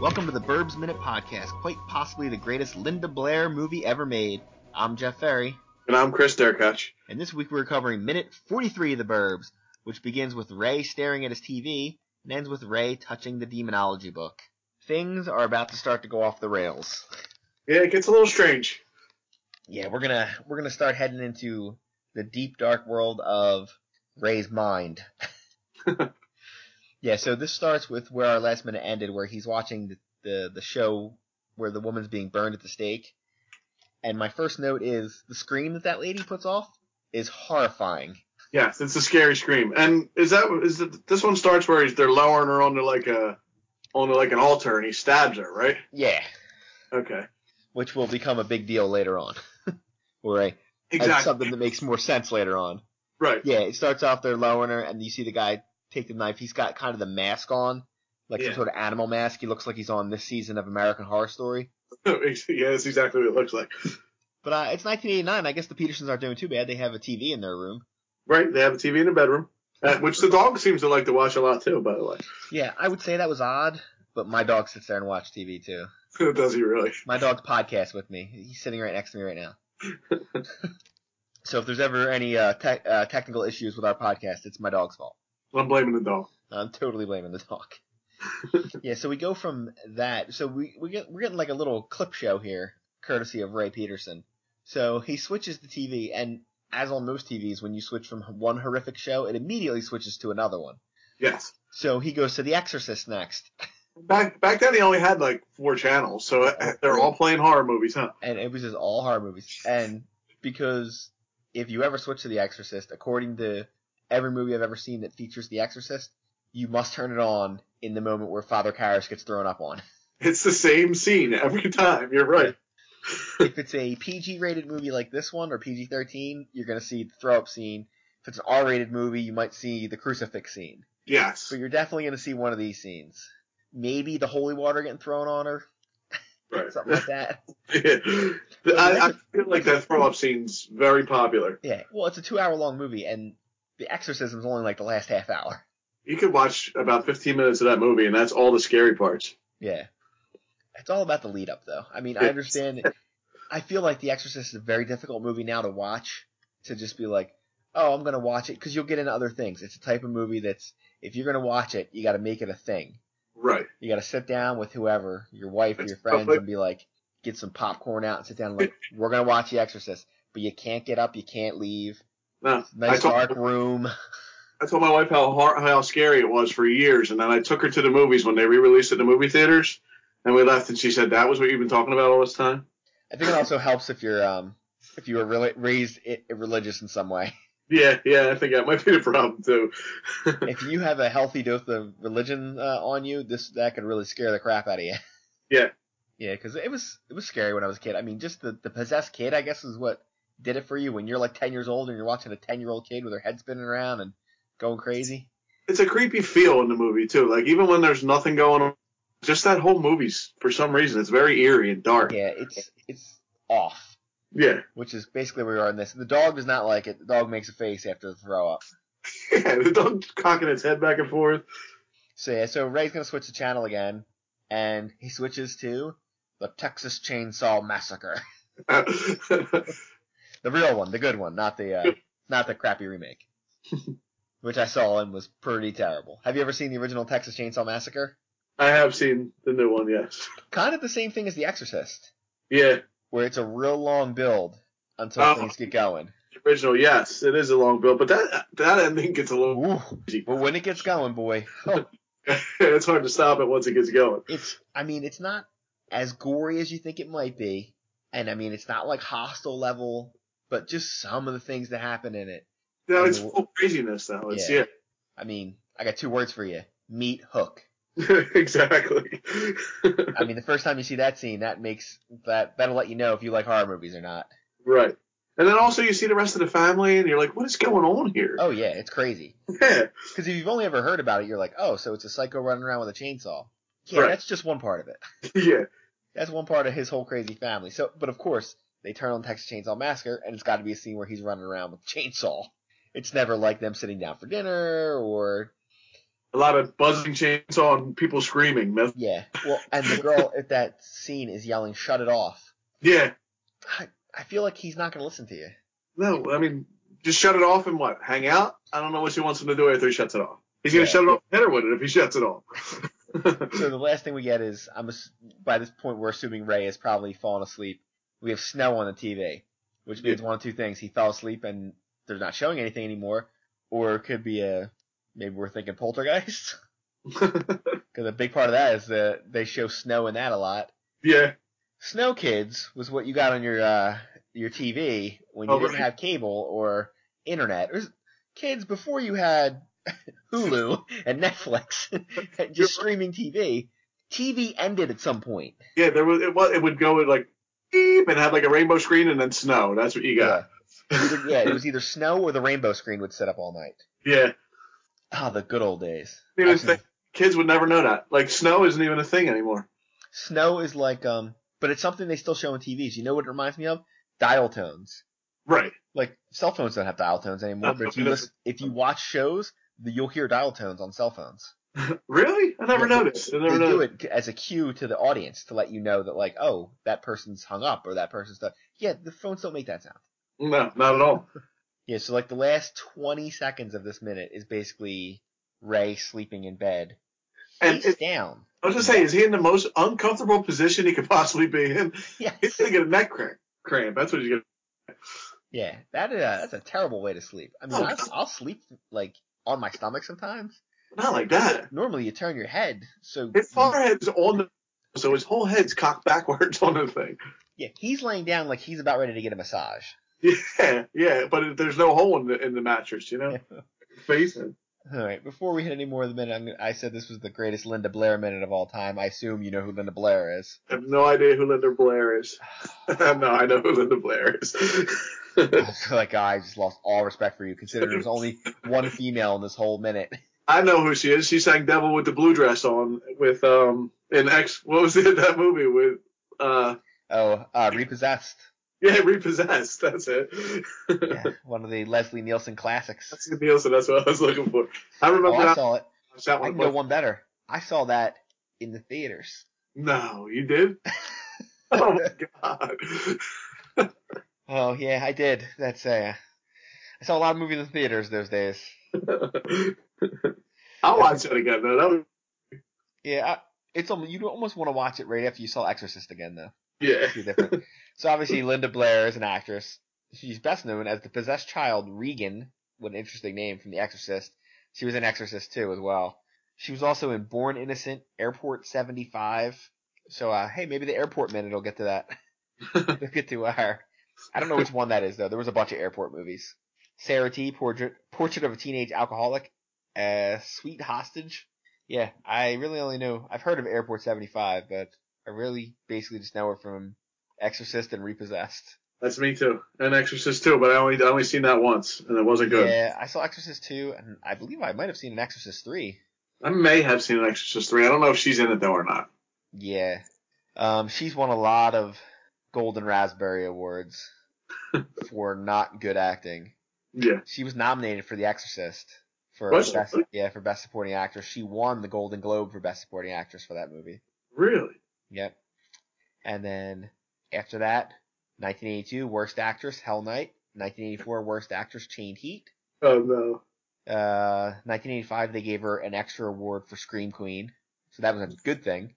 Welcome to the Burbs Minute Podcast, quite possibly the greatest Linda Blair movie ever made. I'm Jeff Ferry, And I'm Chris Derkach. and this week we're covering minute 43 of the Burbs, which begins with Ray staring at his TV and ends with Ray touching the demonology book. Things are about to start to go off the rails. Yeah, it gets a little strange. Yeah, we're gonna we're gonna start heading into the deep dark world of Ray's mind. yeah, so this starts with where our last minute ended, where he's watching the, the the show where the woman's being burned at the stake. And my first note is the scream that that lady puts off is horrifying. Yes, it's a scary scream. And is that is it, this one starts where he's, they're lowering her onto like a onto like an altar and he stabs her, right? Yeah, Okay, which will become a big deal later on, or a exactly. something that makes more sense later on. Right. Yeah, it starts off there lowering her, and you see the guy take the knife. He's got kind of the mask on, like some Yeah. sort of animal mask. He looks like he's on this season of American Horror Story. yeah, that's exactly what it looks like. But uh, it's 1989. I guess the Petersons aren't doing too bad. They have a TV in their room. Right. They have a TV in the bedroom, uh, which the dog seems to like to watch a lot too. By the way, Yeah, I would say that was odd, but my dog sits there and watches TV too. does he really? My dog podcasts with me. He's sitting right next to me right now. so if there's ever any uh, tech uh, technical issues with our podcast, it's my dog's fault. I'm blaming the dog. I'm totally blaming the talk. yeah, so we go from that. So we we get we're getting like a little clip show here, courtesy of Ray Peterson. So he switches the TV, and as on most TVs, when you switch from one horrific show, it immediately switches to another one. Yes. So he goes to The Exorcist next, Back back then he only had like four channels, so uh, they're all playing horror movies, huh? and it was just all horror movies. And because if you ever switch to The Exorcist, according to every movie I've ever seen that features The Exorcist, you must turn it on in the moment where Father Karras gets thrown up on. It's the same scene every time. You're right. if it's a PG rated movie like this one or PG 13, you're going to see the throw up scene. If it's an R rated movie, you might see the crucifix scene. Yes. So you're definitely going to see one of these scenes. Maybe the holy water getting thrown on her, Right. something like that. I, I feel like that throw up scene's very popular. yeah. Well, it's a two hour long movie, and the exorcism's only like the last half hour. You could watch about 15 minutes of that movie, and that's all the scary parts. Yeah. It's all about the lead up, though. I mean, I Yes. understand. I feel like The Exorcist is a very difficult movie now to watch. To just be like, oh, I'm gonna watch it because you'll get into other things. It's a type of movie that's if you're gonna watch it, you got to make it a thing. Right. You got to sit down with whoever, your wife or your It's friends, public. and be like, get some popcorn out and sit down. And like, we're gonna watch The Exorcist, but you can't get up, you can't leave. No, I Nice told, dark room. I told my wife how hor- how scary it was for years, and then I took her to the movies when they re-released it in the movie theaters, and we left, and she said, "That was what you've been talking about all this time." I think it also helps if you're um if you were really raised i religious in some way. Yeah, yeah, I think that might be the problem too. if you have a healthy dose of religion uh, on you, this that could really scare the crap out of you. Yeah. Yeah, because it was it was scary when I was a kid. I mean, just the the possessed kid, I guess, is what did it for you when you're like ten years old and you're watching a ten year old kid with her head spinning around and going crazy. It's a creepy feel in the movie too. Like even when there's nothing going on, just that whole movie's for some reason it's very eerie and dark. Yeah, it's it's off, Yeah, which is basically where we are in this. The dog does not like it. The dog makes a face after the throw up. yeah. The dog cocking its head back and forth. So yeah, so Ray's gonna switch the channel again, and he switches to the Texas Chainsaw Massacre. The real one, the good one, not the uh, not the crappy remake, which I saw and was pretty terrible. Have you ever seen the original Texas Chainsaw Massacre? I have seen the new one, yes. Kind of the same thing as The Exorcist, Yeah, where it's a real long build until Oh. things get going. the original, yes. It is a long build, but that that ending gets a little Ooh. crazy. But when it gets going, boy, oh, it's hard to stop it once it gets going. it's I mean it's not as gory as you think it might be, and I mean it's not like hostile level, but just some of the things that happen in it. No, it's full craziness now. It's Yeah. yeah. I mean, I got two words for you: meat hook. exactly. I mean, the first time you see that scene, that makes that that'll let you know if you like horror movies or not. right. And then also you see the rest of the family and you're like, what is going on here? Oh yeah, it's crazy. Yeah. Because if you've only ever heard about it, you're like, oh, so it's a psycho running around with a chainsaw. Yeah, Right. that's just one part of it. Yeah. That's one part of his whole crazy family. So, but of course, they turn on Texas Chainsaw Massacre, and it's got to be a scene where he's running around with a chainsaw. It's never like them sitting down for dinner or lot of buzzing chainsaw and people screaming. That's, Yeah. Well, and the girl at that scene is yelling, "Shut it off." yeah, I, I feel like he's not going to listen to you. no, I mean, just shut it off and what? Hang out? I don't know what she wants him to do after he shuts it off. He's gonna Yeah. shut it off and hit her with it if he shuts it off. So the last thing we get is I'm ass- by this point we're assuming Ray has probably fallen asleep. We have snow on the TV, which means one of two things: he fell asleep and they're not showing anything anymore, or it could be a maybe we're thinking poltergeist because a big part of that is that they show snow in that a lot. yeah, Snow Kids was what you got on your uh, your TV when you Oh, didn't right. have cable or internet. It was- kids before you had Hulu and Netflix, and just streaming TV. TV ended at some point. yeah. There was it was it would go with like beep and have like a rainbow screen and then snow. That's what you got. Yeah. Either- yeah, it was either snow or the rainbow screen would set up all night. Yeah, Ah, the good old days. It was Actually, the- kids would never know that. Like snow isn't even a thing anymore. snow is like um, but it's something they still show on TVs. You know what it reminds me of? Dial tones. Right. Like cell phones don't have dial tones anymore, No, but if you it listen, if you watch shows, th- you'll hear dial tones on cell phones. Really? I never Yeah, noticed. I They never do noticed. it as a cue to the audience to let you know that like, oh, that person's hung up or that person's done. Yeah, the phones don't make that sound. No, not at all. Yeah, so like the last 20 seconds of this minute is basically Ray sleeping in bed. And Face it- down. I was gonna say, is he in the most uncomfortable position he could possibly be in? Yes. He's gonna get a neck cramp. Cramp. That's what he's gonna. Yeah, that is that's a terrible way to sleep. I mean, Oh, I, God. I'll sleep like on my stomach sometimes. Not like that. Normally, you turn your head, so His forehead's on the, so his whole head's cocked backwards on the thing. yeah, he's laying down like he's about ready to get a massage. Yeah, yeah. But it- there's no hole in the in the mattress, you know. Face it. All right, before we hit any more of the minute, I'm, gonna- I said this was the greatest Linda Blair minute of all time. I assume you know who Linda Blair is. I have no idea who Linda Blair is. no, I know who Linda Blair is. I feel like I just lost all respect for you, considering there's only one female in this whole minute. I know who she is. She sang "Devil with the Blue Dress" on with um in X. What was it? That movie with uh Oh, uh, repossessed. yeah, repossessed. That's it. Yeah, one of the Leslie Nielsen classics. That's Nielsen. That's what I was looking for. I Oh, remember I that, saw it. that I one. can go one better. I saw that in the theaters. No, you did. oh my god. Oh yeah, I did. That's uh, I saw a lot of movies in the theaters those days. I'll watch it again though. That was, Yeah, I, it's almost, you almost want to watch it right after you saw Exorcist again though. yeah. Two different. so obviously Linda Blair is an actress. She's best known as the possessed child Regan. What an interesting name from The Exorcist. She was in Exorcist too as well. She was also in Born Innocent, Airport 75. So uh, hey, maybe the airport minute will get to that. we'll get to her. I don't know which one that is though. There was a bunch of airport movies. Sarah T. Portrait Portrait of a Teenage Alcoholic, uh, Sweet Hostage. Yeah, I really only know. I've heard of Airport 75, but I really basically just know her from Exorcist and Repossessed. That's me too. And Exorcist too, but I only I only seen that once and it wasn't good. Yeah, I saw Exorcist 2, and I believe I might have seen an Exorcist 3. I may have seen an Exorcist three. I don't know if she's in it though or not. Yeah. Um, she's won a lot of Golden Raspberry Awards for not good acting. Yeah. She was nominated for The Exorcist for Was she? best, yeah for best supporting actress. She won the Golden Globe for best supporting actress for that movie. Really? Yep. And then after that, 1982 worst actress Hell Night. 1984 worst actress Chained Heat. Oh no. Uh, 1985 they gave her an extra award for Scream Queen, so that was a good thing.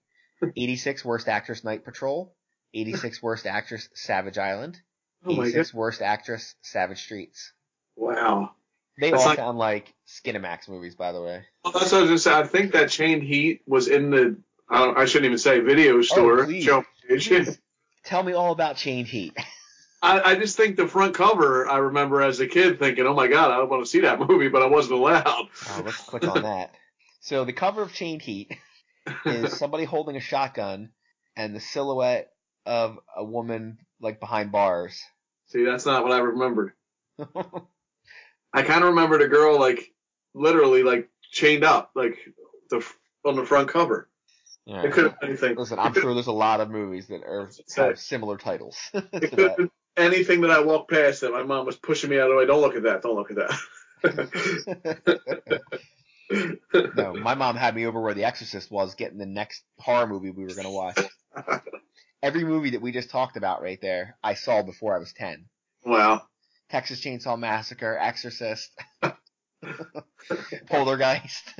86 worst actress Night Patrol. 86 worst actress Savage Island. Oh my god. 86 worst actress Savage Streets. Wow. They That's all like- sound like Skinamax movies, by the way. Well, that's what I was gonna say. I think that Chain Heat was in the I, don't, I shouldn't even say video store. please. show page. Please, Tell me all about Chained Heat. I, I just think the front cover. I remember as a kid thinking, "Oh my god, I want to see that movie," but I wasn't allowed. Oh, let's click on that. So the cover of Chained Heat is somebody holding a shotgun and the silhouette of a woman like behind bars. See, that's not what I remembered. I kind of remembered a girl like literally like chained up, like the f- on the front cover. It could have been anything. Listen, I'm sure there's a lot of movies that are have similar titles. to It could have that. been anything that I walked past that my mom was pushing me out of the way. Don't look at that. Don't look at that. no, my mom had me over where The Exorcist was, getting the next horror movie we were gonna watch. Every movie that we just talked about right there, I saw before I was ten. Wow. Texas Chainsaw Massacre, Exorcist, Poltergeist.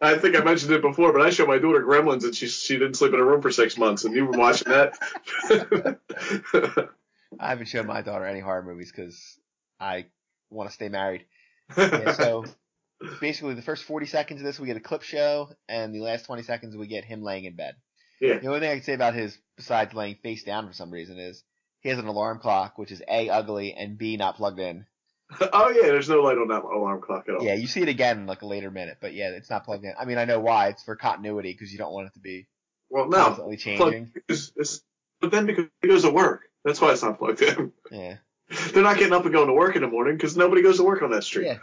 I think I mentioned it before, but I showed my daughter Gremlins, and she she didn't sleep in her room for six months, and you were watching that. I haven't shown my daughter any horror movies because I want to stay married. Yeah, so basically, the first 40 seconds of this, we get a clip show, and the last 20 seconds, we get him laying in bed. Yeah. The only thing I can say about his, besides laying face down for some reason, is he has an alarm clock, which is A, ugly, and B, not plugged in. oh yeah, there's no light on that alarm clock at all. Yeah, you see it again in like a later minute, but yeah, it's not plugged in. I mean, I know why. It's for continuity because you don't want it to be Well, no, constantly plug, changing. it's, it's, but then because he goes to work, that's why it's not plugged in. Yeah. They're not getting up and going to work in the morning because nobody goes to work on that street. Yeah.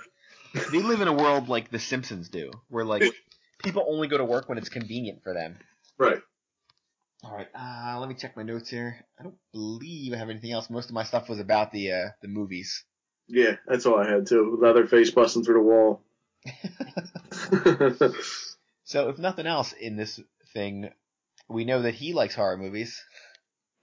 They live in a world like The Simpsons do, where like people only go to work when it's convenient for them. Right. All right, uh, let me check my notes here. I don't believe I have anything else. Most of my stuff was about the uh, the movies. Yeah, that's all I had too. Leatherface busting through the wall. So if nothing else in this thing, we know that he likes horror movies.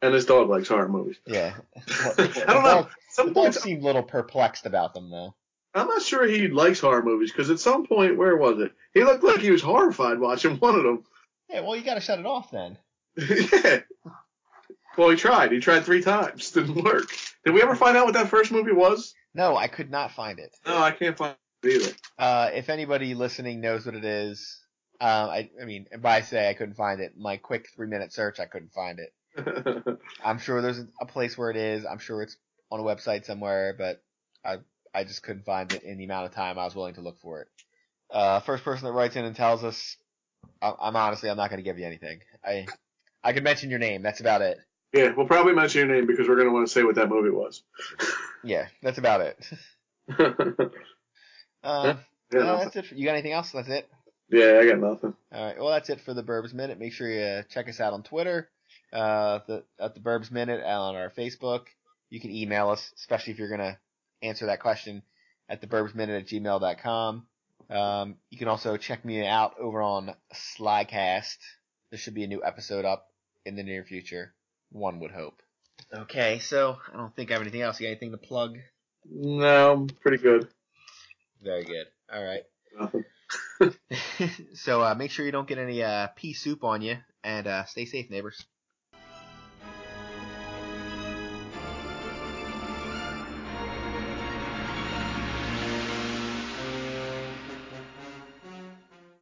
and his dog likes horror movies. Yeah. I don't know. The Some dog points, seemed a little perplexed about them though. I'm not sure he likes horror movies because at some point, where was it? He looked like he was horrified watching one of them. Yeah, well, you got to shut it off then. yeah. Well, he tried. He tried three times. Didn't work. Did we ever find out what that first movie was? No, I could not find it. No, I can't find it either. Uh, if anybody listening knows what it is, um, I, I mean, and by say I couldn't find it, my quick three minute search, I couldn't find it. I'm sure there's a place where it is. I'm sure it's on a website somewhere, but I, I just couldn't find it in the amount of time I was willing to look for it. Uh, first person that writes in and tells us, I, I'm honestly, I'm not going to give you anything. I, I could mention your name. That's about it. yeah, we'll probably mention your name because we're going to want to say what that movie was. Yeah, that's about it. yeah, Um, nothing. no, that's it. For, you got anything else? That's it. yeah, I got nothing. All right. Well, that's it for the Burbs Minute. Make sure you uh, check us out on Twitter, uh, the, at the Burbs Minute, and on our Facebook. You can email us, especially if you're going to answer that question at theburbsminute at gmail.com. Um, you can also check me out over on Slycast. There should be a new episode up in the near future. One would hope. Okay. So I don't think I have anything else. You got anything to plug? No, I'm pretty good. Very good. All right. Nothing. so uh, make sure you don't get any uh, pea soup on you and uh, stay safe, neighbors.